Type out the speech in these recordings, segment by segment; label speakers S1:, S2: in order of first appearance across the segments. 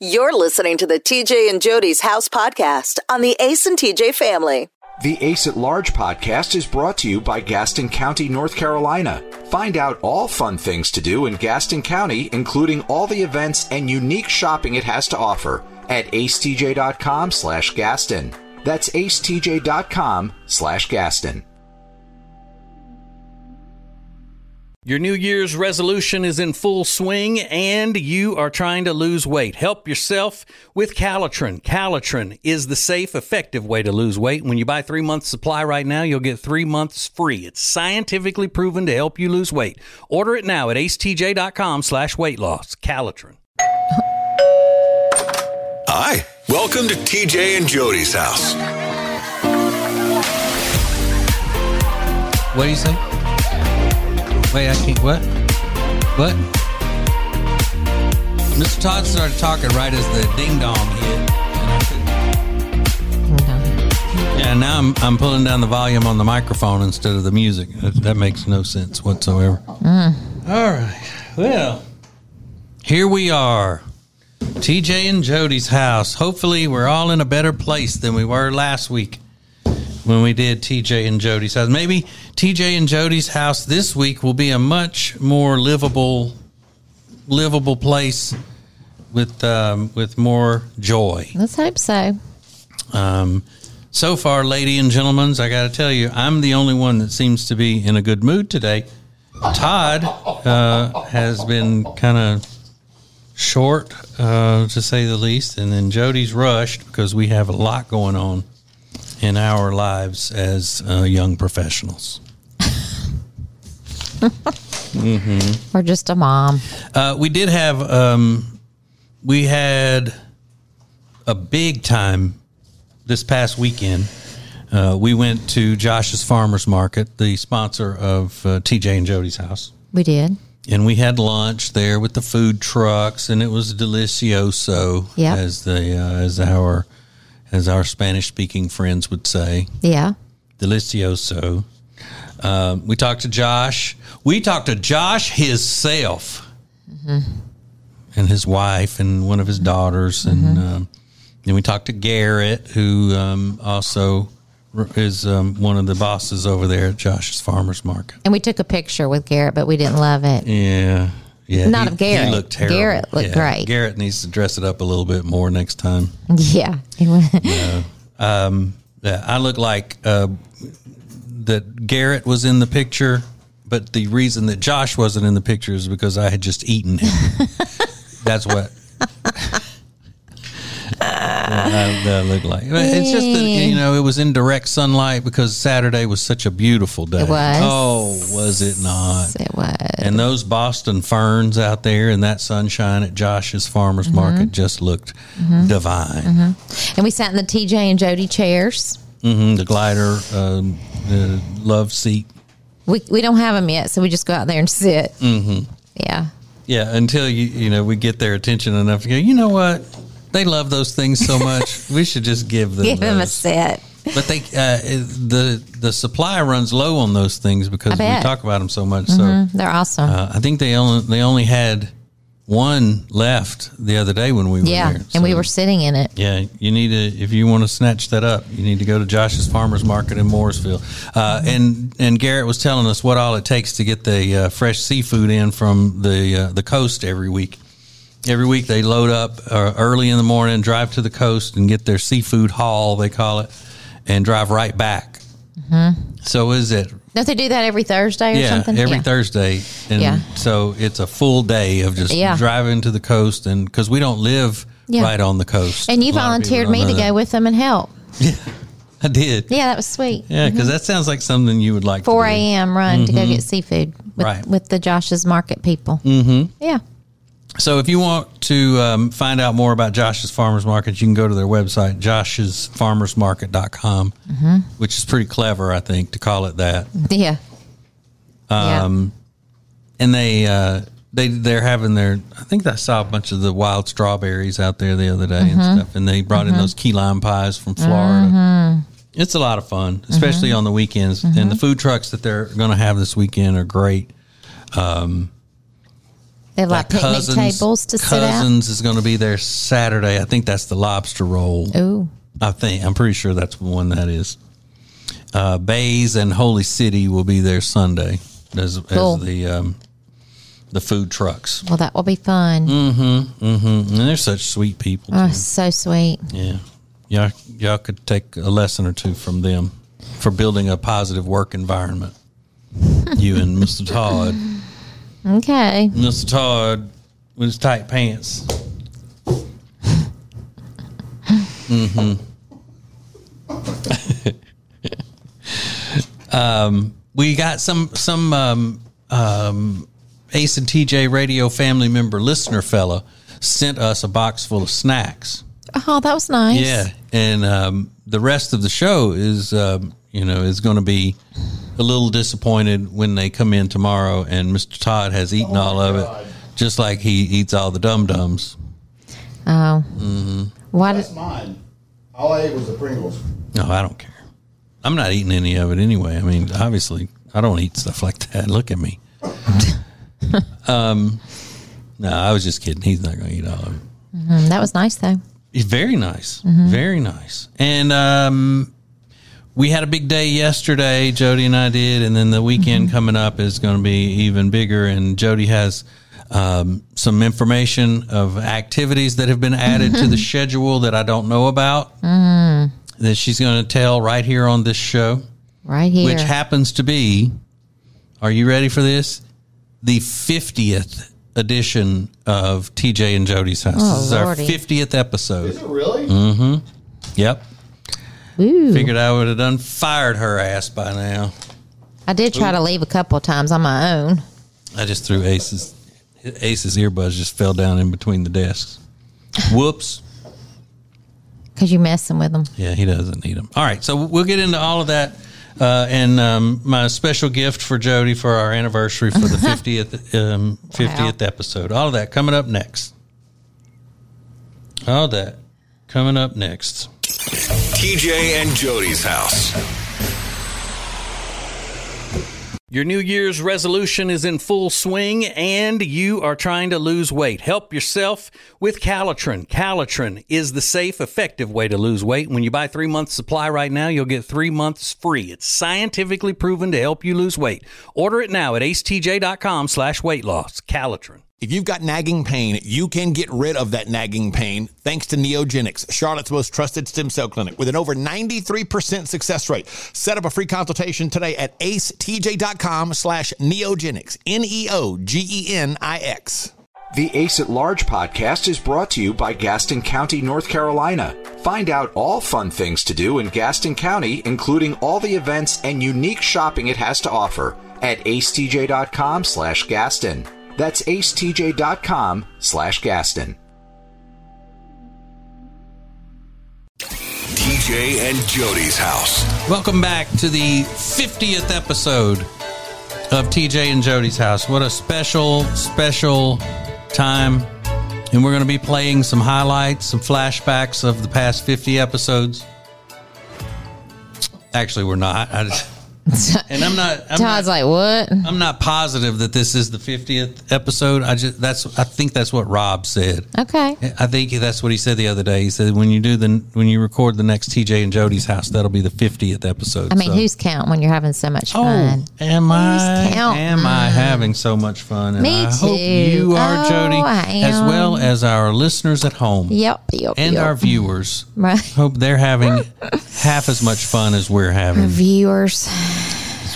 S1: You're listening to the TJ and Jody's House podcast on the Ace and TJ family.
S2: The Ace at Large podcast is brought to you by Gaston County, North Carolina. Find out all fun things to do in Gaston County, including all the events and unique shopping it has to offer at acetj.com slash Gaston. That's acetj.com slash Gaston.
S3: Your New Year's resolution is in full swing and you are trying to lose weight. Help yourself with Calitrin. Calitrin is the safe, effective way to lose weight. When you buy three months supply right now, you'll get three months free. It's scientifically proven to help you lose weight. Order it now at acetj.com slash weight loss. Calitrin.
S4: Hi, welcome to TJ and Jody's house.
S5: What do you say? Wait, I can't. What? What? Mr. Todd started talking right as the ding dong hit. and I couldn't- Yeah, now I'm, I'm pulling down the volume on the microphone instead of the music. That, that makes no sense whatsoever. All right. Well, here we are. TJ and Jody's house. Hopefully, we're all in a better place than we were last week when we did TJ and Jody's house. Maybe TJ and Jody's house this week will be a much more livable, livable place with um, with more joy.
S6: Let's hope so.
S5: Um, so far, lady and gentlemen, I got to tell you, I'm the only one that seems to be in a good mood today. Todd uh, has been kind of short, uh, to say the least, and then Jody's rushed because we have a lot going on in our lives as uh, young professionals.
S6: Or just a mom.
S5: Uh, we did have um, we had a big time this past weekend. Uh, we went to Josh's Farmers Market, the sponsor of uh, TJ and Jody's house,
S6: We did.
S5: and we had lunch there with the food trucks, and it was delicioso,
S6: Yeah.
S5: as the uh, as our as our Spanish speaking friends would say
S6: Yeah.
S5: delicioso. Um, we talked to Josh. We talked to Josh himself
S6: Mm-hmm.
S5: and his wife and one of his daughters, and
S6: Mm-hmm.
S5: um, then we talked to Garrett, who um, also r- is um, one of the bosses over there at Josh's Farmers Market.
S6: And we took a picture with Garrett, but we didn't love it.
S5: Yeah. Yeah,
S6: Not of Garrett.
S5: He looked terrible.
S6: Garrett looked
S5: Yeah,
S6: great.
S5: Garrett needs to dress it up a little bit more next time.
S6: Yeah. It was-
S5: Yeah, I look like uh, that Garrett was in the picture, but the reason that Josh wasn't in the picture is because I had just eaten him. That's what. Yeah, I, that I look like it's just that you know it was in direct sunlight because Saturday was such a beautiful day.
S6: It was.
S5: Oh, was it not?
S6: it was.
S5: And those Boston ferns out there and that sunshine at Josh's farmers
S6: Mm-hmm.
S5: market just looked divine.
S6: And we sat in the TJ and Jody chairs.
S5: hmm the glider, um, the love seat.
S6: We, we don't have them yet, so we just go out there and sit. Mm-hmm. Yeah.
S5: Yeah, until you you know we get their attention enough to go. You know what? They love those things so much. we should just give them.
S6: Give them a
S5: those."
S6: sit.
S5: But they uh, the the supply runs low on those things because we
S6: bet. Mm-hmm.
S5: talk about them so much. So
S6: They're awesome.
S5: uh, I think they only they only had one left the other day when we were
S6: yeah.
S5: there.
S6: And we
S5: So,
S6: were sitting in it.
S5: Yeah, you need to if you want to snatch that up, you need to go to Josh's Farmers Market in Mooresville. Uh, and and Garrett was telling us what all it takes to get the uh, fresh seafood in from the uh, the coast every week. Every week they load up uh, early in the morning, drive to the coast, and get their seafood haul they call it, and drive right back. So is it?
S6: Don't they do that every Thursday or
S5: yeah,
S6: Mm-hmm. something?
S5: every
S6: yeah.
S5: Thursday, and
S6: Yeah.
S5: so it's a full day of just
S6: Yeah.
S5: driving to the coast, and because we don't live
S6: Yeah.
S5: right on the coast,
S6: And you
S5: A lot of people
S6: volunteered
S5: don't
S6: me
S5: know
S6: to
S5: that.
S6: go with them and help.
S5: I did.
S6: Yeah, that was sweet.
S5: Yeah, because that sounds like something you would like.
S6: 4
S5: to do.
S6: a.m. run to go get seafood with,
S5: Right.
S6: with the Josh's Market people. Mm-hmm. Yeah.
S5: So if you want to um, find out more about Josh's Farmers Market, you can go to their website, joshsfarmersmarket.com, which is pretty clever, I think, to call it that.
S6: Yeah.
S5: Um, And they uh, they they're having their. I think I saw a bunch of the wild strawberries out there the other day and stuff. And they brought in those key lime pies from Florida. It's a lot of fun, especially on the weekends. And the food trucks that they're going to have this weekend are great. Um,
S6: They have like
S5: That
S6: picnic tables to sit out.
S5: cousins is going to be there Saturday. I think that's the lobster roll.
S6: Ooh,
S5: I think I'm pretty sure that's the one that is. Uh, Bays and Holy City will be there Sunday as,
S6: Cool.
S5: as the um, the food trucks.
S6: well, that will be fun.
S5: Mm. And they're such sweet people.
S6: Oh, so sweet.
S5: Yeah, y'all y'all could take a lesson or two from them for building a positive work environment. you and Mr. Todd,
S6: Okay.
S5: Mr. Todd with his tight pants. Mm-hmm. Um, we got some some um, um, Ace and TJ radio family member listener fella sent us a box full of snacks.
S6: Oh, that was nice.
S5: Yeah, and um, the rest of the show is um, you know is going to be a little disappointed when they come in tomorrow and Mr. Todd has eaten all of it, just like he eats all the dum dums.
S6: Oh.
S5: Mm-hmm.
S6: Why did,
S7: That's mine. All I ate was the Pringles.
S5: No, I don't care. I'm not eating any of it anyway. I mean, obviously, I don't eat stuff like that. Look at me. um, no, I was just kidding. He's not going to eat all of it.
S6: mm, that was nice though.
S5: It's very nice,
S6: Mm-hmm.
S5: very nice. And um, we had a big day yesterday. Jody and I did, and then the weekend
S6: Mm-hmm.
S5: coming up is going to be even bigger. And Jody has um, some information of activities that have been added
S6: Mm-hmm.
S5: to the schedule that I don't know about. That she's going to tell right here on this show,
S6: Right here.
S5: which happens to be, are you ready for this? The fiftieth edition of TJ and Jody's house.
S6: Oh,
S5: this is our
S6: Lordy.
S5: fiftieth episode.
S7: Is it really?
S5: Mm-hmm. Yep.
S6: Ooh.
S5: Figured I would have done fired her ass by now.
S6: I did try to leave a couple of times on my own.
S5: I just threw Ace's Ace's earbuds just fell down in between the desks. Whoops.
S6: Cause you messing with them.
S5: Yeah, he doesn't need them. All right, so we'll get into all of that. Uh, and um, my special gift for Jody for our anniversary for the 50th, um, 50th episode. All of that coming up next. All that coming up next.
S4: TJ and Jody's house.
S3: Your New Year's resolution is in full swing and you are trying to lose weight. Help yourself with Calitrin. Calitrin is the safe, effective way to lose weight. When you buy three months supply right now, you'll get three months free. It's scientifically proven to help you lose weight. Order it now at acetj.com slash weight loss. Calitrin.
S8: If you've got nagging pain, you can get rid of that nagging pain thanks to Neogenics, Charlotte's most trusted stem cell clinic with an over 93% success rate. Set up a free consultation today at acetj.com slash neogenics, E N-E-O-G-E-N-I-X.
S2: The Ace at Large podcast is brought to you by Gaston County, North Carolina. Find out all fun things to do in Gaston County, including all the events and unique shopping it has to offer at acetj.com slash Gaston. That's acetj.com slash Gaston.
S4: TJ and Jody's house.
S5: Welcome back to the 50th episode of TJ and Jody's House. What a special, special time. And we're going to be playing some highlights, some flashbacks of the past 50 episodes. Actually, we're not. I just, and I'm not. I'm
S6: Todd's
S5: not,
S6: like, what?
S5: I'm not positive that this is the 50th episode. I just that's I think that's what Rob said.
S6: Okay.
S5: I think that's what he said the other day. He said when you do the when you record the next TJ and Jody's house, that'll be the 50th episode.
S6: I mean,
S5: So-
S6: who's counting when you're having so much
S5: Oh,
S6: fun?
S5: am I
S6: count?
S5: am I having so much fun? And
S6: Me
S5: I hope
S6: too.
S5: you are,
S6: Oh,
S5: Jody,
S6: I
S5: as
S6: am.
S5: well as our listeners at home
S6: Yep. Yep.
S5: and
S6: yep.
S5: our viewers.
S6: Right.
S5: Hope they're having half as much fun as we're
S6: Our
S5: having.
S6: viewers.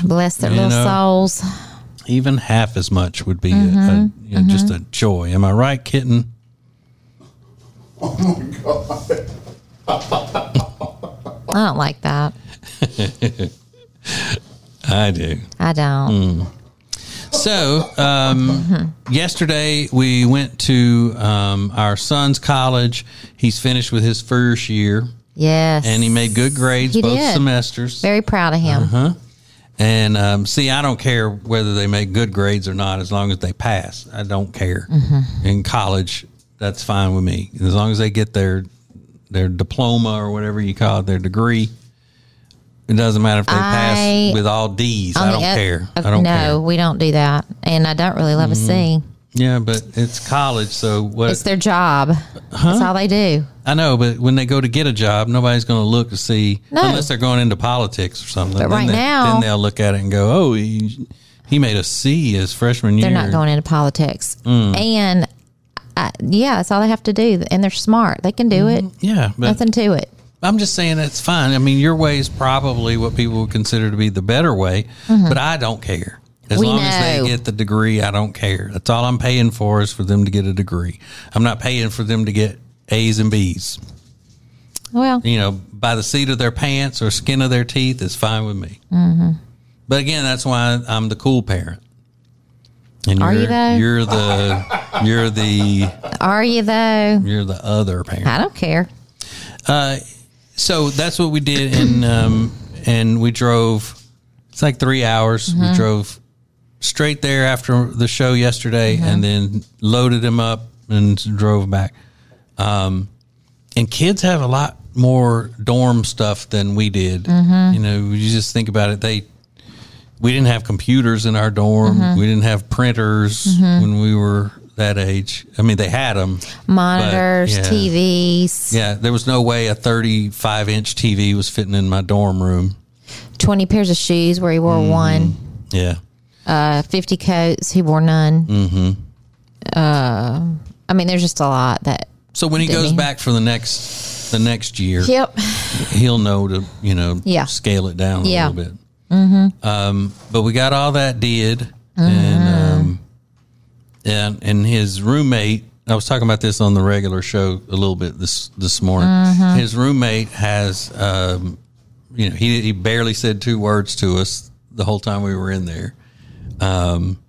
S6: Bless their
S5: You
S6: little
S5: know.
S6: souls.
S5: Even half as much would be a-
S6: Mm-hmm.
S5: a, you know, just a joy. Am I right, kitten?
S6: I don't like that.
S5: I do.
S6: I
S5: Mm.
S6: don't.
S5: So, um,
S6: Mm-hmm.
S5: yesterday we went to um, our son's college. He's finished with his first year,
S6: Yes.
S5: and he made good Uh-huh. grades
S6: He
S5: both
S6: did.
S5: semesters.
S6: Very proud of him.
S5: And um, see, I don't care whether they make good grades or not, as long as they pass. I don't care.
S6: Mm-hmm.
S5: In college, that's fine with me. As long as they get their their diploma or whatever you call it, their degree, it doesn't matter if they
S6: I-
S5: pass with all D's. I
S6: On the
S5: don't
S6: oth-
S5: care.
S6: uh,
S5: I don't
S6: no,
S5: care. Mm.
S6: we don't do that, and I don't really love a C.
S5: Yeah, but it's college, so what?
S6: It's their job. That's all they do.
S5: I know, but when they go to get a job, nobody's going to look to see
S6: No.
S5: unless they're going into politics or something.
S6: But
S5: Then
S6: right
S5: they-
S6: now-
S5: then they'll look at it and go, "Oh, he, he made a C his freshman
S6: They're
S5: year."
S6: not going into politics.
S5: Mm.
S6: And I, yeah, that's all they have to do. And they're smart. They can do
S5: Mm.
S6: it.
S5: Yeah, but
S6: Nothing to it.
S5: I'm just saying that's fine. I mean, your way is probably what people would consider to be the better way, but I don't care. As
S6: Mm-hmm. We
S5: long as
S6: know.
S5: they get the degree, I don't care. That's all I'm paying for is for them to get a degree. I'm not paying for them to get A's and B's.
S6: Well,
S5: You know, by the seat of their pants or skin of their teeth is fine with me. Mm-hmm. But again, that's why I'm the cool parent. And
S6: Are you
S5: you're,
S6: though?
S5: you're the you're the
S6: are you though?
S5: you're the other parent.
S6: I don't care.
S5: so that's what we did and um and we drove it's like three hours we drove straight there after the show yesterday and then loaded him up and drove back um and kids have a lot more dorm stuff than we did you know you just think about it they we didn't have computers in our dorm we didn't have printers when we were that age i mean they had them
S6: Monitors,
S5: yeah.
S6: TVs,
S5: yeah, there was no way a 35 inch TV was fitting in my dorm room.
S6: 20 pairs of shoes where he wore
S5: Mm-hmm.
S6: one,
S5: Yeah.
S6: uh, 50 coats, he wore none. Mm-hmm. Uh, I mean, there's just a lot that.
S5: So when he
S6: Didn't
S5: goes
S6: he?
S5: back for the next the next year,
S6: Yep.
S5: he'll know to you know
S6: Yeah.
S5: scale it down a
S6: Yeah.
S5: little bit. Mm-hmm. Um, but we got all that did,
S6: Mm-hmm.
S5: and um, and and his roommate. I was talking about this on the regular show a little bit this this morning.
S6: Mm-hmm.
S5: His roommate has, um, you know, he he barely said two words to us the whole time we were in there. Um,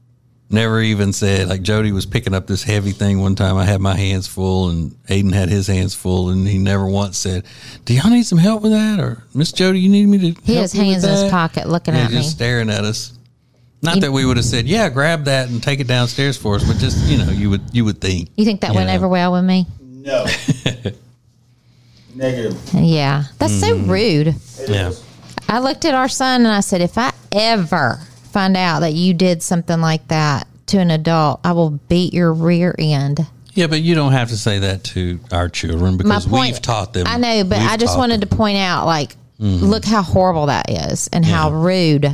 S5: never even said like Jody was picking up this heavy thing one time. I had my hands full, and Aiden had his hands full, and he never once said, "Do y'all need some help with that?" or "Miss Jody, you need me to."
S6: He
S5: help
S6: has
S5: you with
S6: hands in his
S5: that?"
S6: pocket looking
S5: Yeah,
S6: at me.
S5: just staring at us. Not that we would have said, "Yeah, grab that and take it downstairs for us," but just you know, you would you would think.
S6: You think that went
S5: Yeah.
S6: over well with me?
S7: No. Negative.
S6: Yeah. That's
S5: Mm.
S6: so rude.
S7: It
S5: Yeah.
S7: is.
S6: I looked at our son and I said, if I ever find out that you did something like that to an adult, I will beat your rear end.
S5: Yeah, but you don't have to say that to our children
S6: My
S5: because
S6: point,
S5: we've taught them.
S6: I know, but
S5: We've
S6: I just
S5: taught Mm-hmm.
S6: wanted to point out, like, look how horrible that is and how rude.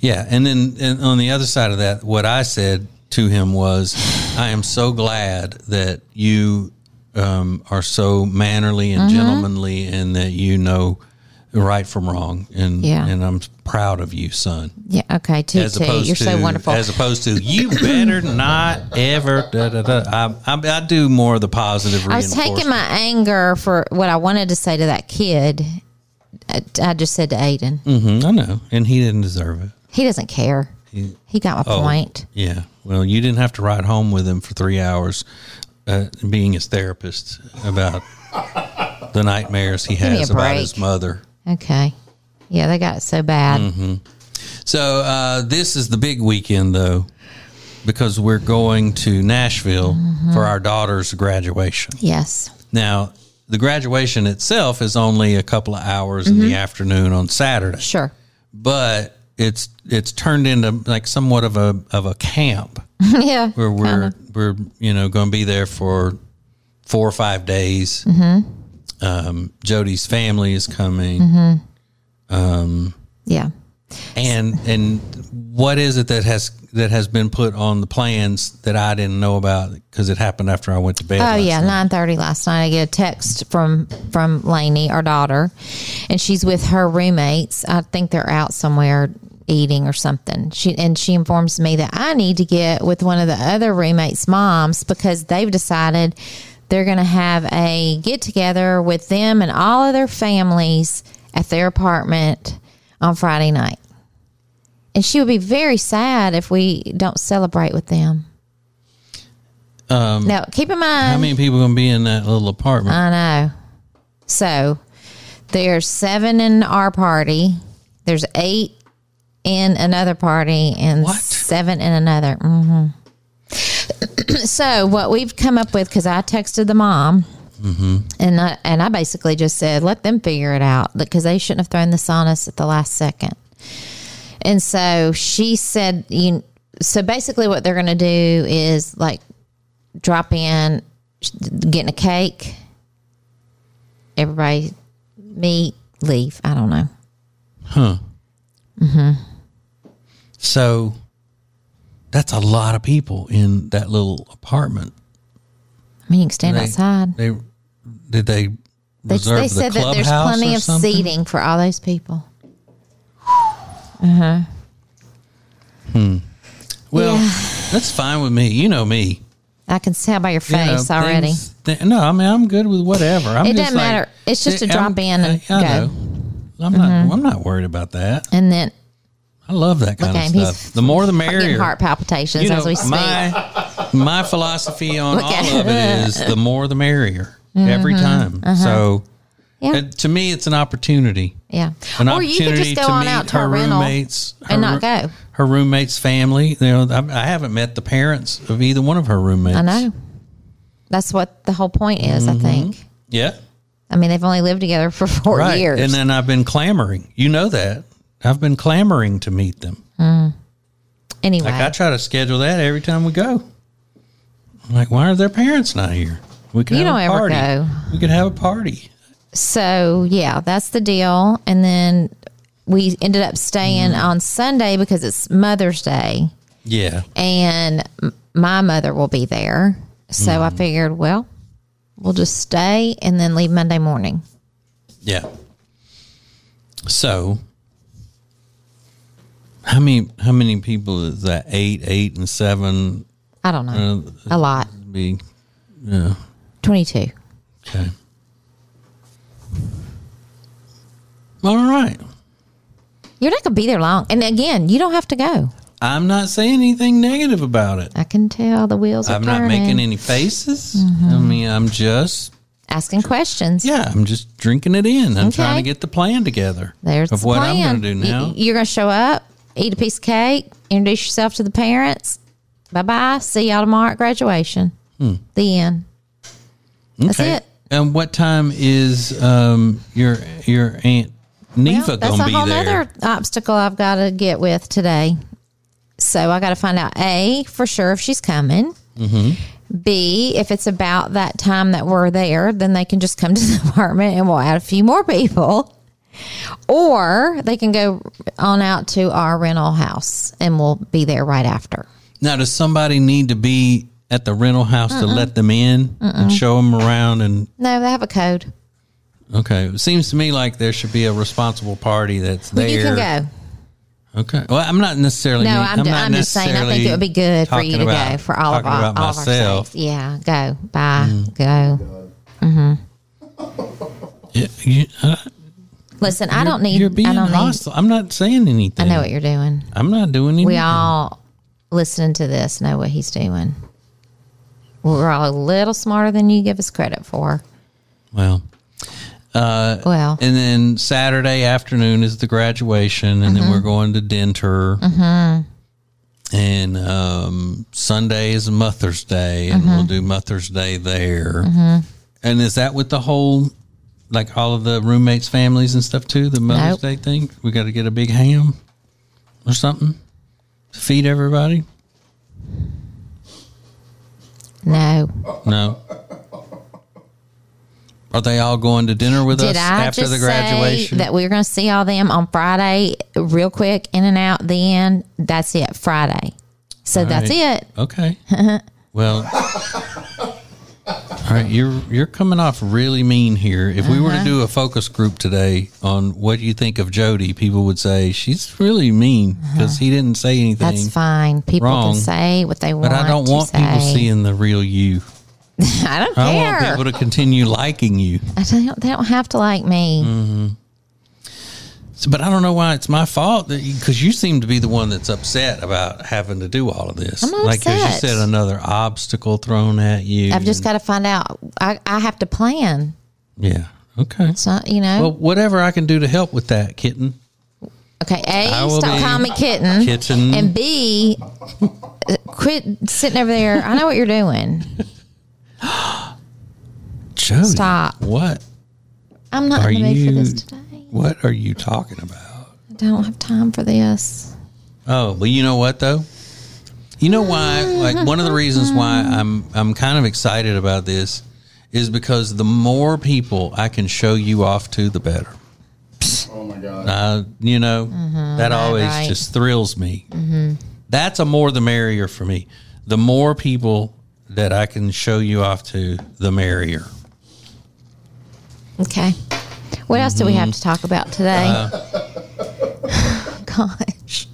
S5: Yeah, and then and on the other side of that, what I said to him was, "I am so glad that you um, are so mannerly and
S6: Mm-hmm.
S5: gentlemanly, and that you know right from wrong, and
S6: Yeah.
S5: and I'm proud of you, son."
S6: Yeah. Okay. Too.
S5: As
S6: Too.
S5: opposed
S6: You're
S5: to
S6: so wonderful.
S5: as opposed to you better not ever. Da, da, da. I, I I do more of the positive.
S6: I was taking my anger for what I wanted to say to that kid. I, I just said to Aiden,
S5: Mm-hmm, I know, and he didn't deserve it.
S6: he doesn't care. He, got my
S5: Oh.
S6: point.
S5: Yeah. Well, you didn't have to ride home with him for three hours, uh, being his therapist about the nightmares he
S6: me
S5: has
S6: a
S5: about
S6: break.
S5: his mother.
S6: Okay. Yeah, they got it so bad.
S5: Mm-hmm. So uh, this is the big weekend, though, because we're going to Nashville
S6: Mm-hmm.
S5: for our daughter's graduation.
S6: Yes.
S5: Now, the graduation itself is only a couple of hours in
S6: Mm-hmm.
S5: the afternoon on Saturday.
S6: Sure.
S5: but it's it's turned into like somewhat of a of a camp.
S6: Yeah,
S5: where we're we're you know going to be there for four or five days.
S6: Mm-hmm.
S5: Um, Jody's family is coming,
S6: Yeah.
S5: and and what is it that has that has been put on the plans that I didn't know about because it happened after I went to bed.
S6: Oh
S5: last
S6: yeah,
S5: night.
S6: nine thirty last night. I get a text from from Lainey, our daughter, and she's with her roommates. I think they're out somewhere eating or something. She and she informs me that I need to get with one of the other roommates' moms because they've decided they're going to have a get together with them and all of their families at their apartment on Friday night. And she would be very sad if we don't celebrate with them. Um, now, keep in mind,
S5: How many people going to be in that little apartment?
S6: I know. So there's seven in our party. There's eight in another party, and
S5: What?
S6: seven in another. hmm so what we've come up with because I texted the mom. And I, and I basically just said, let them figure it out because they shouldn't have thrown this on us at the last second. And so she said, you, so basically what they're going to do is like drop in getting a cake everybody meet leave i don't know
S5: So that's a lot of people in that little apartment.
S6: i mean you can stand
S5: They-
S6: outside
S5: They did they
S6: they,
S5: reserve the
S6: they said that
S5: clubhouse
S6: there's
S5: or
S6: plenty of
S5: something?
S6: seating for all those people
S5: Well,
S6: Yeah.
S5: that's fine with me. You know me.
S6: i can tell by your
S5: You know,
S6: face already
S5: things- th- no, I mean I'm good with whatever. I'm
S6: It
S5: just
S6: doesn't
S5: like-
S6: matter. It's just to
S5: I'm-
S6: drop in and
S5: I, I
S6: go. Mm-hmm.
S5: Know. I'm not. I'm not worried about that.
S6: and then
S5: I love that kind
S6: look at
S5: of
S6: him he's
S5: stuff. The more the
S6: getting
S5: merrier.
S6: heart palpitations
S5: You know,
S6: as we speak
S5: my my philosophy on
S6: Look at Mm-hmm.
S5: all of it is the more the merrier every time. So
S6: Uh-huh. yeah
S5: it- to me, it's an opportunity.
S6: yeah
S5: An
S6: or you could just go on out to a rental
S5: roommates
S6: and not go.
S5: Her roommate's family. You know, I, I haven't met the parents of either one of her roommates.
S6: i know that's what the whole point is
S5: Mm-hmm.
S6: i think
S5: Yeah.
S6: I mean, they've only lived together for four
S5: right.
S6: years.
S5: And uh, then I've been clamoring. You know that. I've been clamoring to meet them.
S6: anyway,
S5: Like I try to schedule that every time we go. I'm like, why are their parents not here? We could
S6: You
S5: have
S6: don't
S5: a
S6: ever
S5: party.
S6: go.
S5: We could have a party.
S6: so yeah, that's the deal. And then we ended up staying
S5: Mm-hmm.
S6: on Sunday because it's Mother's Day,
S5: Yeah.
S6: and m- my mother will be there. So I
S5: Mm.
S6: figured, well, we'll just stay and then leave Monday morning.
S5: Yeah. So how many how many people is that? Eight, eight and seven
S6: I don't know,
S5: Uh,
S6: a lot,
S5: be
S6: twenty-two.
S5: okay. All right.
S6: You're not gonna be there long. And again, you don't have to go.
S5: I'm not saying anything negative about it.
S6: I can tell the wheels are
S5: I'm
S6: turning.
S5: not making any faces.
S6: Mm-hmm.
S5: I mean, I'm just
S6: asking questions.
S5: yeah, I'm just drinking it in. I'm trying to
S6: Okay.
S5: get the plan together
S6: There's
S5: of
S6: the
S5: what
S6: plan.
S5: I'm going to do
S6: Y-
S5: now.
S6: You're going to show up, eat a piece of cake, introduce yourself to the parents. Bye bye. See y'all tomorrow at graduation. The end. That's
S5: Hmm. Okay.
S6: it.
S5: And what time is um your your aunt Neva
S6: Well, that's
S5: going
S6: a
S5: to be
S6: whole
S5: there?
S6: other obstacle I've got to get with today. So I got to find out A, for sure, if she's coming.
S5: Mm-hmm.
S6: B, if it's about that time that we're there, then they can just come to the apartment and we'll add a few more people. Or they can go on out to our rental house and we'll be there right after.
S5: Now, does somebody need to be at the rental house to let them in and show them around? And
S6: No, they have a code.
S5: okay, it seems to me like there should be a responsible party that's there.
S6: You can go.
S5: Okay. Well, I'm not necessarily.
S6: No,
S5: mean-
S6: I'm,
S5: not
S6: I'm just saying, I think it would be good for
S5: necessarily
S6: you to
S5: talking about-
S6: go for all of
S5: talking
S6: our,
S5: about
S6: all of our
S5: myself. Mm.
S6: sakes. Yeah, go. Bye. Go.
S5: Yeah, you- uh,
S6: Listen, I don't need.
S5: You're being
S6: I don't
S5: hostile. I'm not saying anything.
S6: need. I know what you're doing.
S5: I'm not doing anything.
S6: We all listening to this know what he's doing. We're all a little smarter than you give us credit for.
S5: Well,
S6: Well,
S5: Uh, and then Saturday afternoon is the graduation, and
S6: Mm-hmm.
S5: then we're going to Denter. And um, Sunday is Mother's Day, and
S6: Mm-hmm.
S5: we'll do Mother's Day there. And is that with the whole, like all of the roommates' families and stuff too? The Mother's Day
S6: Nope.
S5: thing? We got to get a big ham or something to feed everybody?
S6: no.
S5: No. Are they all going to dinner with us
S6: Did I
S5: after
S6: just
S5: the graduation?
S6: say that we are going to see all them on Friday, real quick, in and out? Then that's it. Friday. So that's
S5: right.
S6: it.
S5: Okay. well, all right. You're you're coming off really mean here. If we were
S6: Uh-huh.
S5: to do a focus group today on what you think of Jody, people would say she's really mean because he didn't say anything.
S6: Uh-huh. That's fine. People
S5: wrong,
S6: can say what they want.
S5: But I don't
S6: to
S5: want people
S6: say.
S5: seeing the real you.
S6: I don't
S5: I
S6: care.
S5: want people to continue liking you.
S6: I don't, they don't have to like me.
S5: Mm. So, but I don't know why it's my fault that because you, seem to be the one that's upset about having to do all of this.
S6: I'm not
S5: like 'cause
S6: upset.
S5: you said, another obstacle thrown at you.
S6: I've just got to find out. I, I have to plan.
S5: yeah. Okay.
S6: It's not, you know.
S5: Well, whatever I can do to help with that, kitten.
S6: okay,
S5: I
S6: A,
S5: will
S6: stop
S5: be-
S6: calling me kitten.
S5: Kitten.
S6: And B, uh, quit sitting over there. I know what you're doing.
S5: Jody,
S6: Stop.
S5: What?
S6: I'm not
S5: Are
S6: in the mood for
S5: you-
S6: this today.
S5: What are you talking about?
S6: I don't have time for this.
S5: Oh, well, you know what though? You know why? Like one of the reasons why I'm I'm kind of excited about this is because the more people I can show you off to, the better.
S7: Oh my God.
S5: Uh, you know, that always
S6: right.
S5: just thrills me. That's a more the merrier for me. The more people that I can show you off to, the merrier.
S6: Okay. What else do we have to talk about today?
S5: Uh,
S6: Gosh.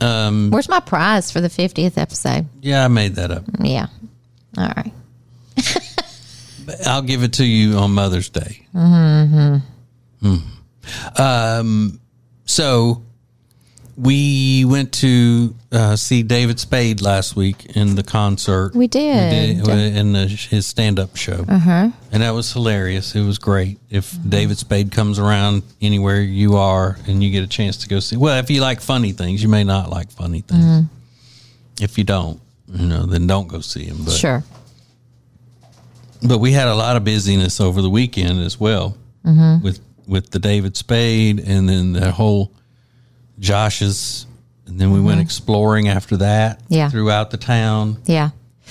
S6: Um, Where's my prize for the 50th episode?
S5: Yeah, I made that up.
S6: Yeah. All right.
S5: I'll give it to you on Mother's Day. Mm-hmm. Um,
S6: Mm-hmm.
S5: so we went to uh, see David Spade last week in the concert.
S6: We did.
S5: We did- uh, in the, his stand-up show, uh-huh. and that was hilarious. It was great. If
S6: Mm-hmm.
S5: David Spade comes around anywhere you are, and you get a chance to go see, well, if you like funny things, you may not like funny things. If you don't, you know, then don't go see him. But
S6: Mm-hmm. Sure.
S5: but we had a lot of busyness over the weekend as well with with the David Spade and then the whole Josh's and then we went exploring after that
S6: Yeah.
S5: throughout the town.
S6: Yeah.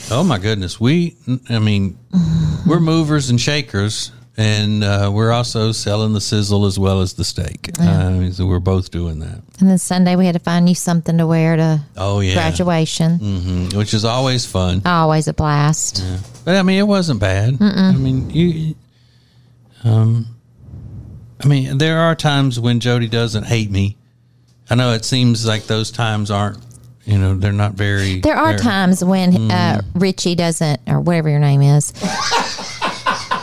S5: Oh my goodness, we I mean we're movers and shakers and uh, we're also selling the sizzle as well as the steak. Uh, so we're both doing that.
S6: And then Sunday we had to find you something to wear to
S5: Oh yeah. Mm.
S6: graduation.
S5: Which is always fun.
S6: Always a blast.
S5: But I mean, it wasn't bad. I mean, you. Um, I mean, there are times when Jody doesn't hate me. I know it seems like those times aren't. You know, they're not very.
S6: There are
S5: they're-
S6: times when
S5: Mm.
S6: uh, Richie doesn't, or whatever your name is,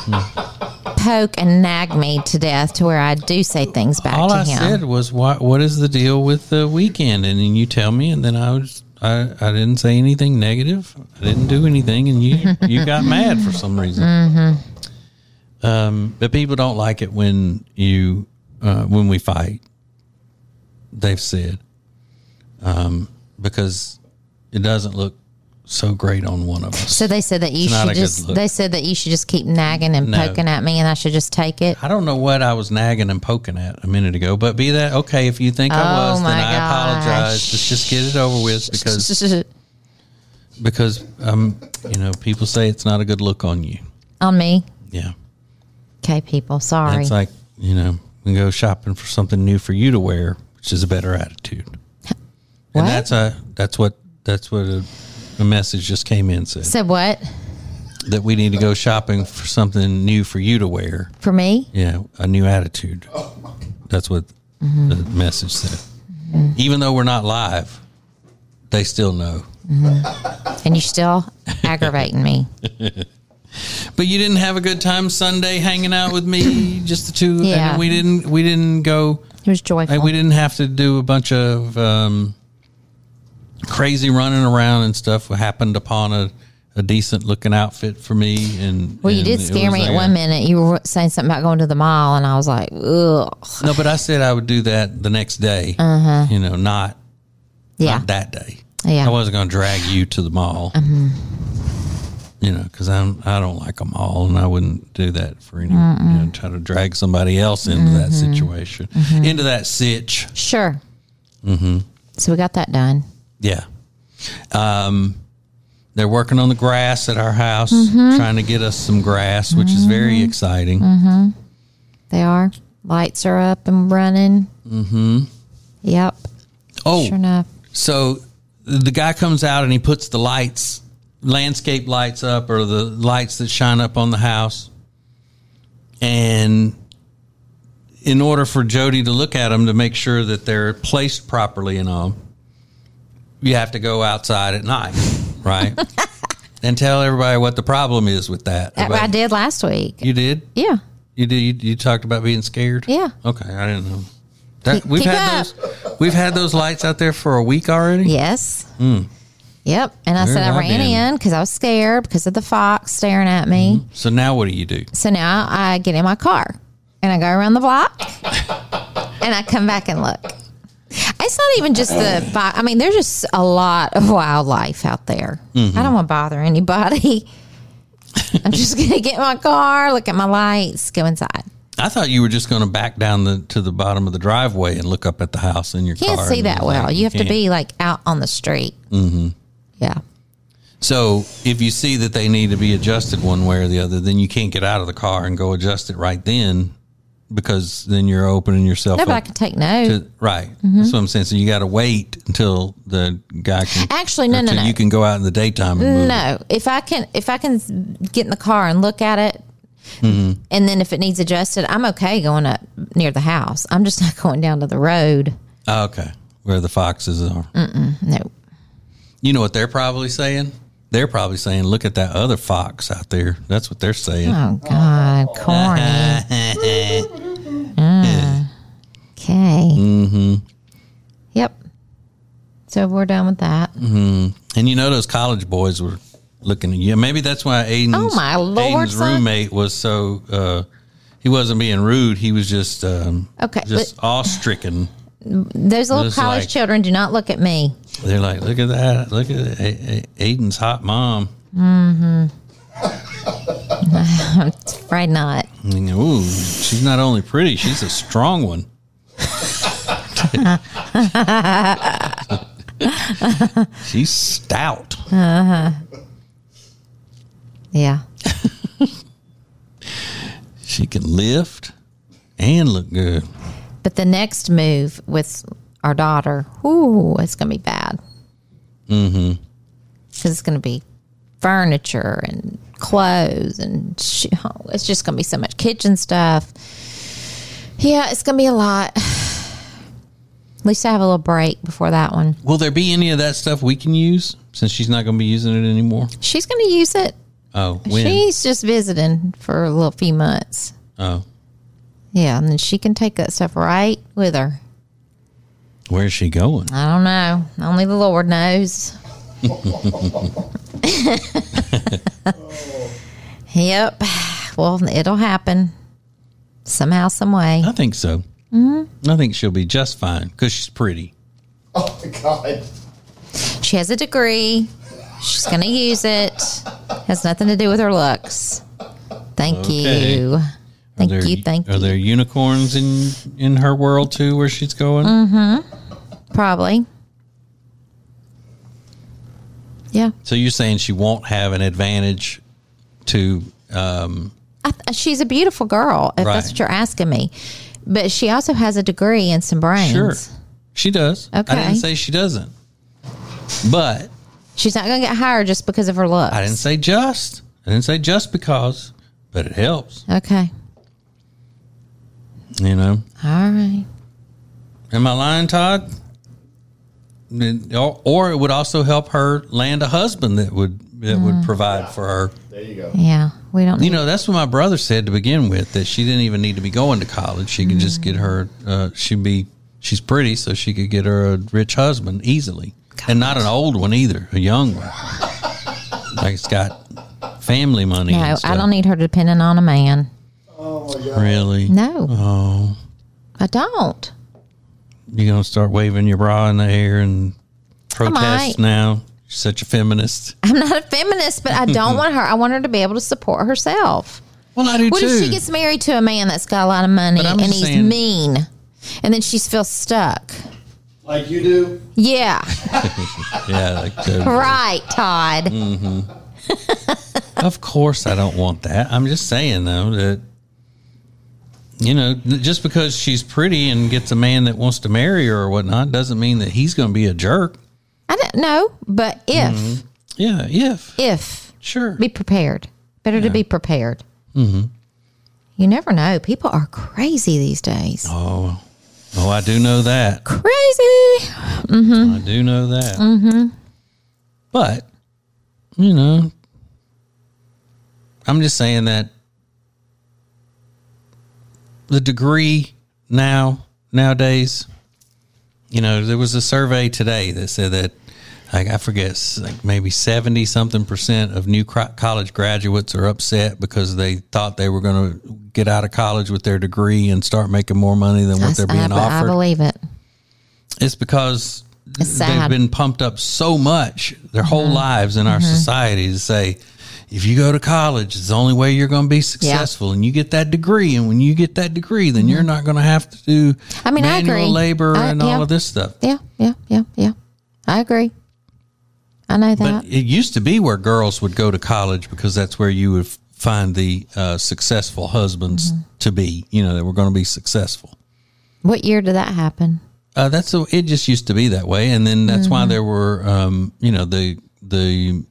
S6: poke and nag me to death to where I do say things back
S5: All
S6: to
S5: I
S6: him.
S5: said was, "What? What is the deal with the weekend?" And then you tell me, and then I was. I, I didn't say anything negative. I didn't do anything, and you you got mad for some reason.
S6: Mm-hmm.
S5: Um, but people don't like it when you uh, when we fight. They've said um, because it doesn't look so great on one of us.
S6: so they said that you
S5: It's not
S6: should
S5: a good
S6: just.
S5: look.
S6: They said that you should just keep nagging and
S5: No.
S6: poking at me, and I should just take it.
S5: I don't know what I was nagging and poking at a minute ago, but be that okay. If you think I
S6: Oh,
S5: was, then
S6: my
S5: I apologize.
S6: gosh.
S5: Let's just get it over with because because um you know people say it's not a good look on you.
S6: on me,
S5: Yeah,
S6: okay, people. Sorry.
S5: it's like you know we go shopping for something new for you to wear, which is a better attitude.
S6: What?
S5: And that's a that's what that's what a, a message just came in said
S6: said what
S5: that we need to go shopping for something new for you to wear.
S6: for me?
S5: Yeah, a new attitude. That's what
S6: Mm-hmm.
S5: the message said. Even though we're not live, they still know.
S6: And you're still aggravating me.
S5: But you didn't have a good time Sunday hanging out with me, just the two.
S6: Yeah.
S5: And we didn't. We didn't go.
S6: It was joyful.
S5: And we didn't have to do a bunch of um, crazy running around and stuff. What happened upon a, a decent looking outfit for me, and
S6: well, you
S5: and
S6: did
S5: it
S6: scare
S5: was
S6: me at
S5: like
S6: one
S5: a-
S6: minute. You were saying something about going to the mall, and I was like, ugh.
S5: No, but I said I would do that the next day.
S6: Uh-huh.
S5: You know, not
S6: Yeah.
S5: not that day.
S6: Yeah. Mm-hmm.
S5: I wasn't going to drag you to the mall. You know, because I'm I don't like them all, and I wouldn't do that for any. You know, try to drag somebody else into that
S6: Mm-hmm.
S5: situation, into that sitch.
S6: Sure. Mm-hmm. So we got that done.
S5: Yeah. Um, they're working on the grass at our house,
S6: Mm-hmm.
S5: trying to get us some grass, which is very exciting.
S6: They are. Lights are up and running. Mm-hmm. Yep.
S5: Oh,
S6: Sure enough.
S5: So the guy comes out and he puts the lights, landscape lights up, or the lights that shine up on the house. And in order for Jody to look at them to make sure that they're placed properly and all, you have to go outside at night, right? and tell everybody what the problem is with that.
S6: That- I
S5: But
S6: did last week.
S5: You did.
S6: yeah.
S5: You did. You, you talked about being scared.
S6: Yeah.
S5: Okay, I didn't know. That,
S6: Keep-
S5: we've
S6: keep
S5: had
S6: up.
S5: those. We've had those lights out there for a week already.
S6: Yes. Yep. And I
S5: Where
S6: said
S5: have
S6: I
S5: I
S6: ran
S5: been?
S6: in because I was scared because of the fox staring at me.
S5: So now what do you do?
S6: So now I get in my car and I go around the block and I come back and look. It's not even just the, fo- I mean, there's just a lot of wildlife out there. I don't want to bother anybody. I'm just going to get in my car, look at my lights, go inside.
S5: I thought you were just going to back down the to the bottom of the driveway and look up at the house in your
S6: Can't
S5: car.
S6: see
S5: and
S6: that
S5: it's
S6: well.
S5: like,
S6: You have to
S5: can't.
S6: be like out on the street. Mm-hmm. Yeah.
S5: So if you see that they need to be adjusted one way or the other, then you can't get out of the car and go adjust it right then, because then you're opening yourself
S6: Nobody
S5: up
S6: can take note.
S5: to right.
S6: Mm-hmm.
S5: That's what I'm saying. So you got to wait until the guy can
S6: Actually, no, no,
S5: until
S6: no.
S5: You can go out in the daytime and move.
S6: No, if I can, if I can get in the car and look at it, and then if it needs adjusted, I'm okay going up near the house. I'm just not going down to the road.
S5: Oh, okay, where the foxes are.
S6: Mm. No,
S5: You know what they're probably saying? They're probably saying, "Look at that other fox out there." That's what they're saying.
S6: oh God, corny. Okay. Mm-hmm. Yep. So we're done with that.
S5: And you know those college boys were looking at you. Maybe that's why Aiden's,
S6: Oh, my Lord,
S5: Aiden's
S6: son.
S5: roommate was so uh, he wasn't being rude. He was just um,
S6: Okay,
S5: just awe stricken.
S6: Those little
S5: Just
S6: college
S5: like-
S6: children do not look at me.
S5: They're like, "Look at that! Look at A- A- Aiden's hot mom."
S6: Afraid not.
S5: And, Ooh, she's not only pretty; she's a strong one. she's stout.
S6: Yeah.
S5: She can lift and look good.
S6: But the next move with our daughter, ooh, it's going to be bad. Mm-hmm. Because it's going to be furniture and clothes and sh- oh, it's just going to be so much kitchen stuff. Yeah, it's going to be a lot. At least I have a little break before that one.
S5: Will there be any of that stuff we can use since she's not going to be using it anymore?
S6: She's going to use it.
S5: Oh, when?
S6: She's just visiting for a little few months.
S5: oh,
S6: Yeah, and then she can take that stuff right with her.
S5: where's she going?
S6: I don't know. Only the Lord knows. yep. Well, it'll happen somehow, some way.
S5: I think so. Mm-hmm. I think she'll be just fine because she's pretty.
S7: Oh my god.
S6: She has a degree. She's going to use it. Has nothing to do with her looks. Thank
S5: Okay.
S6: you. Thank
S5: Are there-
S6: you. Thank
S5: Are
S6: you.
S5: there unicorns in in her world too, where she's going?
S6: Mm. Probably. Yeah.
S5: So you're saying she won't have an advantage to? Um,
S6: I th- uh, she's a beautiful girl, if that's
S5: Right.
S6: what you're asking me. But she also has a degree and some brains.
S5: sure, she does. I
S6: Okay.
S5: didn't say she doesn't, but
S6: She's not going to get hired just because of her looks.
S5: I didn't say just. I didn't say just because, but it helps.
S6: Okay.
S5: You know.
S6: All right.
S5: Am I lying, Todd? Then- Or, or it would also help her land a husband that would that
S6: Mm.
S5: would provide for her.
S7: There you go.
S6: Yeah. We don't
S5: You
S6: need
S5: know, that's what my brother said to begin with. That she didn't even need to be going to college. She could
S6: Mm.
S5: just get her. Uh, she'd be. She's pretty, so she could get her a rich husband easily, and not an old one either, a young one. like it's got family money. and
S6: No, I
S5: stuff.
S6: don't e- need her dependent on a man.
S7: Oh
S5: really.
S6: No,
S5: Oh,
S6: I don't.
S5: you gonna start waving your bra in the air and protest
S6: might.
S5: now? You're such a feminist.
S6: I'm not a feminist, but I don't want her. I want her to be able to support herself.
S5: Well, I do
S6: What
S5: too.
S6: if she gets married to a man that's got a lot of money
S5: But I'm
S6: and
S5: just
S6: he's
S5: saying-
S6: mean, and then she feels stuck?
S7: Like you do.
S6: Yeah,
S5: yeah, like the-
S6: right, Todd.
S5: Mm. of course I don't want that. I'm just saying though that you know just because she's pretty and gets a man that wants to marry her or whatnot doesn't mean that he's going to be a jerk.
S6: I don't know, but if
S5: Mm-hmm. Yeah, if
S6: if
S5: sure,
S6: be prepared, better to be prepared. Mm-hmm. You never know. People are crazy these days.
S5: oh I do know that.
S6: Crazy.
S5: I do know that. Mm-hmm. But you know, I'm just saying that the degree now nowadays, you know, there was a survey today that said that like I forget, s- like maybe seventy something percent of new cro- college graduates are upset because they thought they were going to get out of college with their degree and start making more money than what
S6: I,
S5: they're being
S6: I- I
S5: offered.
S6: believe it.
S5: It's because
S6: It's sad. Mm-hmm.
S5: they've been pumped up so much their whole lives in our society to say, if you go to college, it's the only way you're going to be successful, and you get that degree. And when you get that degree, then you're not going to have to do
S6: Mm-hmm. I mean, I
S5: manual
S6: agree.
S5: labor
S6: I-
S5: and
S6: yeah.
S5: all of this stuff.
S6: Yeah, yeah, yeah, yeah. I agree. I know that.
S5: But it used to be where girls would go to college because that's where you would f- find the uh, successful husbands
S6: Mm-hmm.
S5: to be. You know, that were going to be successful.
S6: what year did that happen?
S5: Uh, that's the, it. Just used to be that way, and then that's why there were, um, you know, the the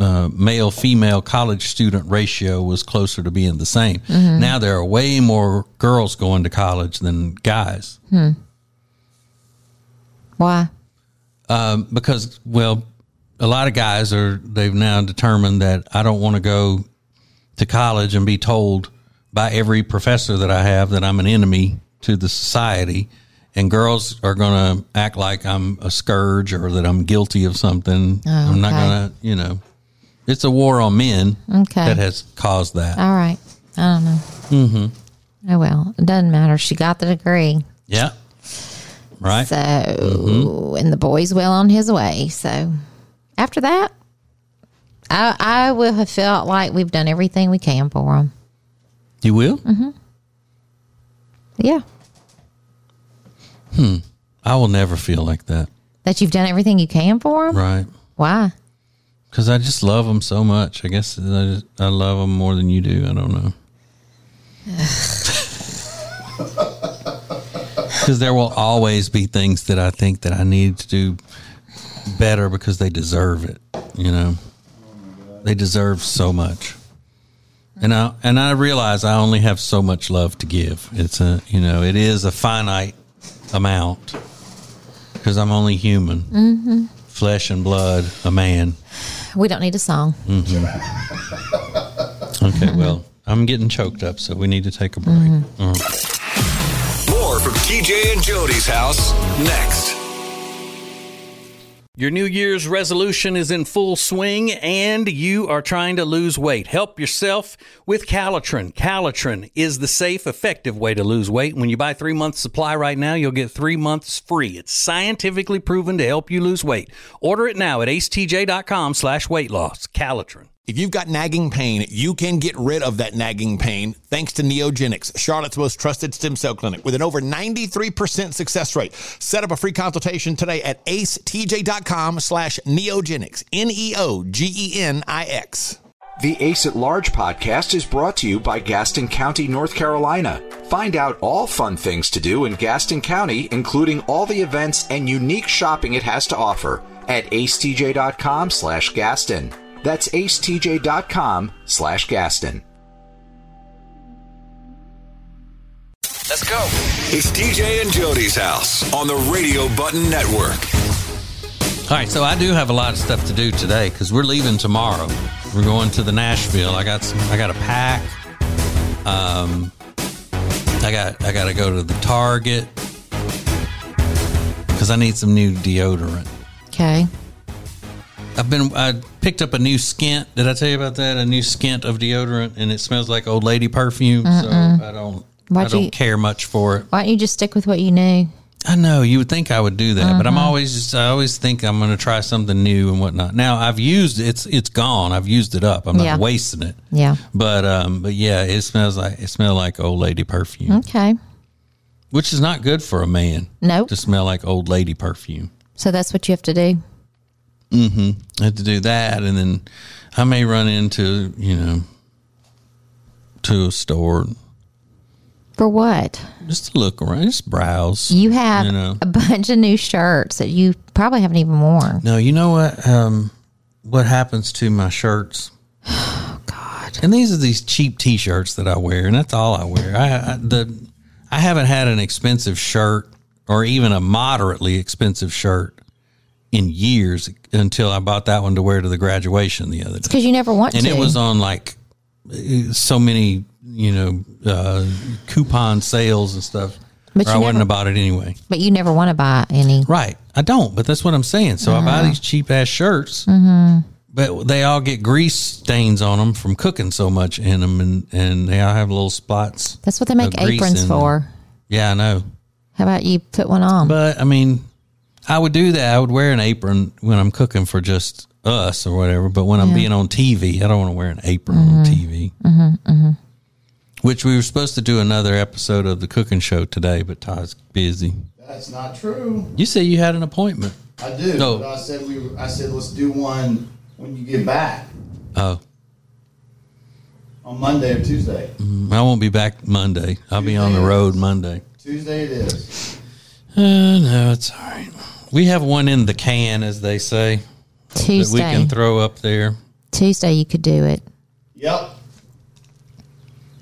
S5: uh, male female college student ratio was closer to being the same. Now there are way more girls going to college than guys
S6: Why?
S5: because, well, a lot of guys are they've now determined that I don't want to go to college and be told by every professor that I have that I'm an enemy to the society. And girls are going to act like I'm a scourge or that I'm guilty of something. I'm not
S6: Oh, okay.
S5: going to, you know, it's a war on men
S6: Okay. Uh,
S5: that has caused that.
S6: All right. I don't know. Mm-hmm. Oh well, it doesn't matter. She got the degree,
S5: yeah. Right.
S6: so
S5: Mm-hmm.
S6: and the boy's well on his way. So after that, I I will have felt like we've done everything we can for him.
S5: you will?
S6: Mm-hmm. Yeah,
S5: I will never feel like that.
S6: that you've done everything you can for him.
S5: Right.
S6: Why?
S5: Because I just love them so much. I guess I, just, I love them more than you do. I don't know. Because there will always be things that I think that I need to do better because they deserve it. You know, they deserve so much. And I and I realize I only have so much love to give. It's a you know it is a finite amount because I'm only human, mm-hmm. flesh and blood, a man.
S6: We don't need a song.
S5: Mm. Okay, well, I'm getting choked up, so we need to take a break. Mm. All right.
S4: More from TJ and Jody's house next.
S3: Your New Year's resolution is in full swing and you are trying to lose weight. Help yourself with Calitrin. Calitrin is the safe, effective way to lose weight. When you buy three months supply right now, you'll get three months free. It's scientifically proven to help you lose weight. Order it now at acetj.com slash weight loss. Calitrin.
S8: If you've got nagging pain, you can get rid of that nagging pain thanks to Neogenics, Charlotte's most trusted stem cell clinic with an over 93% success rate. Set up a free consultation today at acetj.com slash neogenics, E N-E-O-G-E-N-I-X.
S2: The Ace at Large podcast is brought to you by Gaston County, North Carolina. Find out all fun things to do in Gaston County, including all the events and unique shopping it has to offer at acetj.com slash Gaston. That's acetj.com slash Gaston.
S4: Let's go. It's TJ and Jody's house on the Radio Button Network.
S5: All right, so I do have a lot of stuff to do today because we're leaving tomorrow. We're going to the Nashville. I got some. I got to pack. Um, I got. I got to go to the Target because I need some new deodorant.
S6: Okay.
S5: I've been. I picked up a new skint. Did I tell you about that? A new skint of deodorant, and it smells like old lady perfume. So I don't. I
S6: Why'd
S5: don't
S6: you-
S5: care much for it.
S6: Why don't you just stick with what you knew?
S5: I know you would think I would do that, but
S6: Mm-hmm.
S5: I'm always just, I always think I'm going to try something new and whatnot. Now I've used it's it's gone. I've used it up. I'm not
S6: Yeah.
S5: wasting it.
S6: Yeah.
S5: But um, but yeah, it smells like it smells like old lady perfume,
S6: Okay.
S5: which is not good for a man
S6: Nope.
S5: to smell like old lady perfume.
S6: So that's what you have to do.
S5: I have to do that, and then I may run into you know to a store
S6: For what?
S5: just to look around, just browse.
S6: You have
S5: You know.
S6: a bunch of new shirts that you probably haven't even worn.
S5: No, you know what? Um, what happens to my shirts? Oh God! And these are these cheap T-shirts that I wear, and that's all I wear. I, I the I haven't had an expensive shirt or even a moderately expensive shirt in years until I bought that one to wear to the graduation the other day,
S6: Because you never want
S5: and
S6: to.
S5: it was on like uh, so many you know uh, coupon sales and stuff.
S6: But
S5: or I
S6: you
S5: wouldn't
S6: never-
S5: have bought it anyway.
S6: but you never want to buy any.
S5: Right. I don't, but that's what I'm saying. So I buy these cheap ass shirts, but they all get grease stains on them from cooking so much in them, and, and they all have little spots.
S6: That's what they
S5: of
S6: make
S5: grease
S6: aprons
S5: in them.
S6: for.
S5: Yeah, I know.
S6: How about you put one on?
S5: But I mean, I would do that. I would wear an apron when I'm cooking for just us or whatever, but when I'm being on TV, I don't want to wear an apron on TV. Which we were supposed to do another episode of the cooking show today, but Todd's busy.
S7: That's not true.
S5: You say you had an appointment.
S7: I do.
S5: No.
S7: But I said we. were- I said let's do one when you get back
S5: Oh,
S7: on Monday or Tuesday.
S5: I won't be back Monday. I'll be on the road Monday.
S7: Tuesday it is.
S5: Uh, no, it's all right. We have one in the can, as they say, that we
S6: Tuesday.
S5: can throw up there.
S6: Tuesday you could do it.
S7: Yep.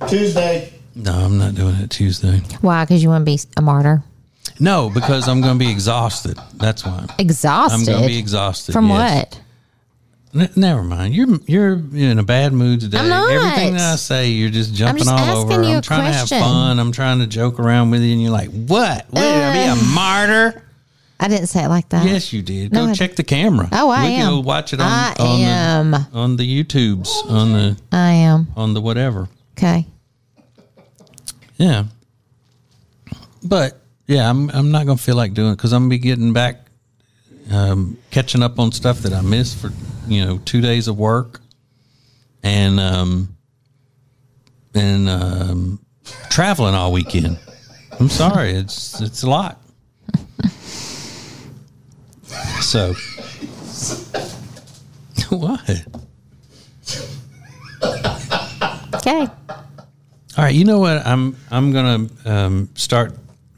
S7: Tuesday.
S5: No, I'm not doing it Tuesday.
S6: Why? Because you want to be a martyr.
S5: No, because I'm going to be exhausted. That's why. I'm
S6: Exhausted.
S5: going to be exhausted.
S6: From
S5: yes.
S6: what?
S5: N- never mind. You're you're in a bad mood today.
S6: I'm not.
S5: Everything that I say, you're just jumping
S6: just
S5: all over.
S6: asking you
S5: I'm
S6: a
S5: trying to
S6: question.
S5: have fun. I'm trying to joke around with you, and you're like, "What? What? Uh, be a martyr?"
S6: I didn't say it like that.
S5: Yes, you did.
S6: Uh. No,
S5: Go
S6: I-
S5: check the camera.
S6: Oh, I
S5: we
S6: am.
S5: Go watch it on,
S6: I
S5: on
S6: am.
S5: the on the YouTubes on the
S6: I am.
S5: on the whatever.
S6: Okay.
S5: Yeah. But yeah, I'm I'm not gonna feel like doing it because I'm gonna be getting back, um, catching up on stuff that I missed for you know two days of work, and um, and um, traveling all weekend. I'm sorry, it's it's a lot. So what?
S6: Okay.
S5: All right, you know what? I'm I'm gonna um, start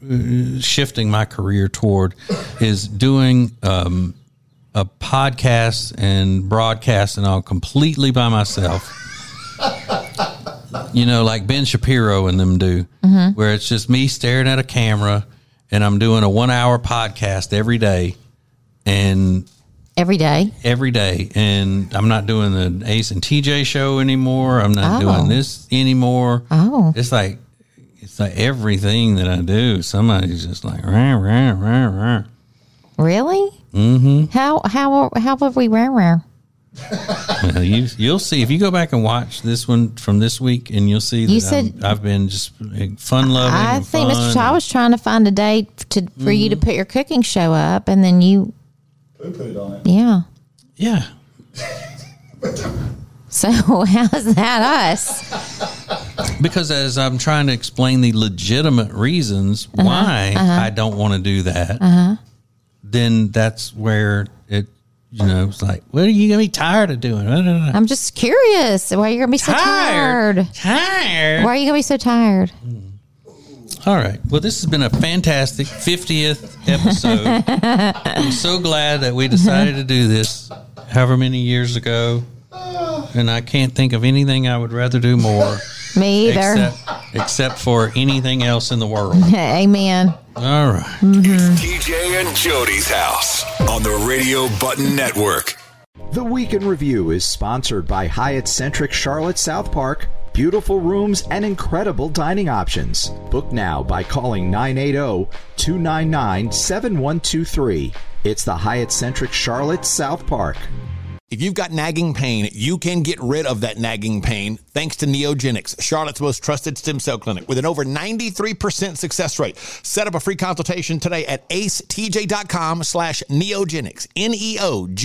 S5: uh, shifting my career toward is doing um, a podcast and broadcast and all completely by myself. you know, like Ben Shapiro and them do,
S6: Mm-hmm.
S5: where it's just me staring at a camera and I'm doing a one hour podcast every day and
S6: Every day.
S5: every day and i'm not doing the ace and tj show anymore i'm not
S6: Oh.
S5: doing this anymore
S6: Oh.
S5: it's like it's like everything that i do somebody's just like rah, rah, rah, rah.
S6: Really? Mm-hmm. How how how have we ran around?
S5: Well, you, you'll see if you go back and watch this one from this week and you'll see that
S6: You
S5: I'm-
S6: said-
S5: i've been just fun loving
S6: I
S5: and
S6: think Mr.
S5: fun.
S6: Shaw was trying to find a day to for you to put your cooking show up, and then you,
S7: Poo pooed on it.
S6: yeah.
S5: yeah
S6: So how's that us?
S5: because as i'm trying to explain the legitimate reasons
S6: Uh-huh,
S5: why i don't want to do that then that's where it you know it's like what are you gonna be tired of doing No, no, no.
S6: I'm just curious. Why are you gonna be so tired?
S5: tired tired
S6: Why are you gonna be so tired?
S5: all right well this has been a fantastic 50th episode i'm so glad that we decided to do this however many years ago and i can't think of anything i would rather do more
S6: Me either.
S5: except, except for anything else in the world
S6: Amen.
S5: all right
S4: TJ and Jody's house on the Radio Button Network.
S2: The Week in Review is sponsored by Hyatt Centric Charlotte South Park. Beautiful rooms and incredible dining options. Book now by calling 980 299 7123. It's the Hyatt Centric Charlotte South Park.
S8: If you've got nagging pain, you can get rid of that nagging pain thanks to Neogenics, Charlotte's most trusted stem cell clinic with an over 93% success rate. Set up a free consultation today at acetj.com slash E neogenics,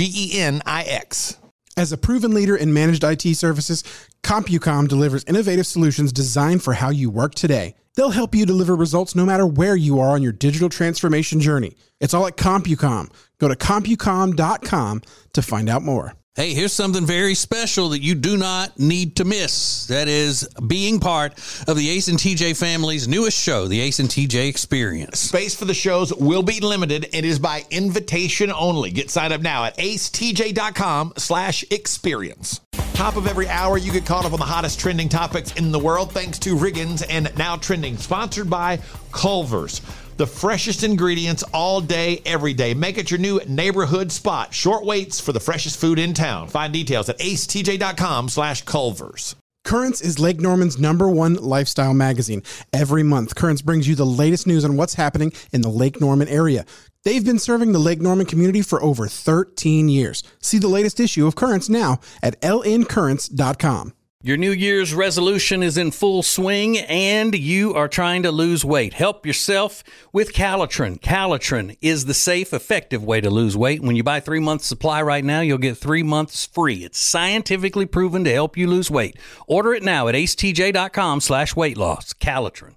S8: N-E-O-G-E-N-I-X.
S9: As a proven leader in managed IT services, CompuCom delivers innovative solutions designed for how you work today. They'll help you deliver results no matter where you are on your digital transformation journey. It's all at CompuCom. Go to CompuCom.com to find out more.
S5: Hey, here's something very special that you do not need to miss. That is being part of the Ace and TJ family's newest show, the Ace and TJ Experience.
S8: Space for the shows will be limited and is by invitation only. Get signed up now at acetj.com slash experience. Top of every hour, you get caught up on the hottest trending topics in the world thanks to Riggins and Now Trending, sponsored by Culver's. The freshest ingredients all day, every day. Make it your new neighborhood spot. Short waits for the freshest food in town. Find details at acetj.com slash Culver's.
S9: Currents is Lake Norman's number one lifestyle magazine. Every month, Currents brings you the latest news on what's happening in the Lake Norman area. They've been serving the Lake Norman community for over 13 years. See the latest issue of Currents now at lncurrents.com.
S5: Your New Year's resolution is in full swing and you are trying to lose weight. Help yourself with Calitrin. Calitrin is the safe, effective way to lose weight. When you buy three months supply right now, you'll get three months free. It's scientifically proven to help you lose weight. Order it now at acetj.com slash weight loss. Calitrin.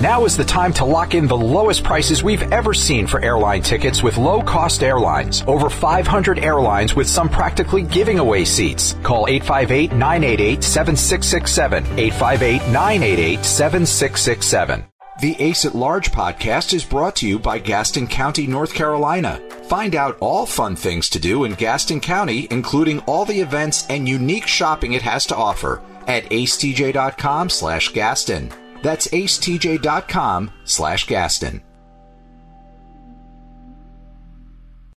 S2: Now is the time to lock in the lowest prices we've ever seen for airline tickets with low cost airlines. Over 500 airlines with some practically giving away seats. Call 858 988 7667. 858 988 7667. The Ace at Large podcast is brought to you by Gaston County, North Carolina. Find out all fun things to do in Gaston County, including all the events and unique shopping it has to offer at acetj.com slash Gaston. That's acetj.com slash Gaston.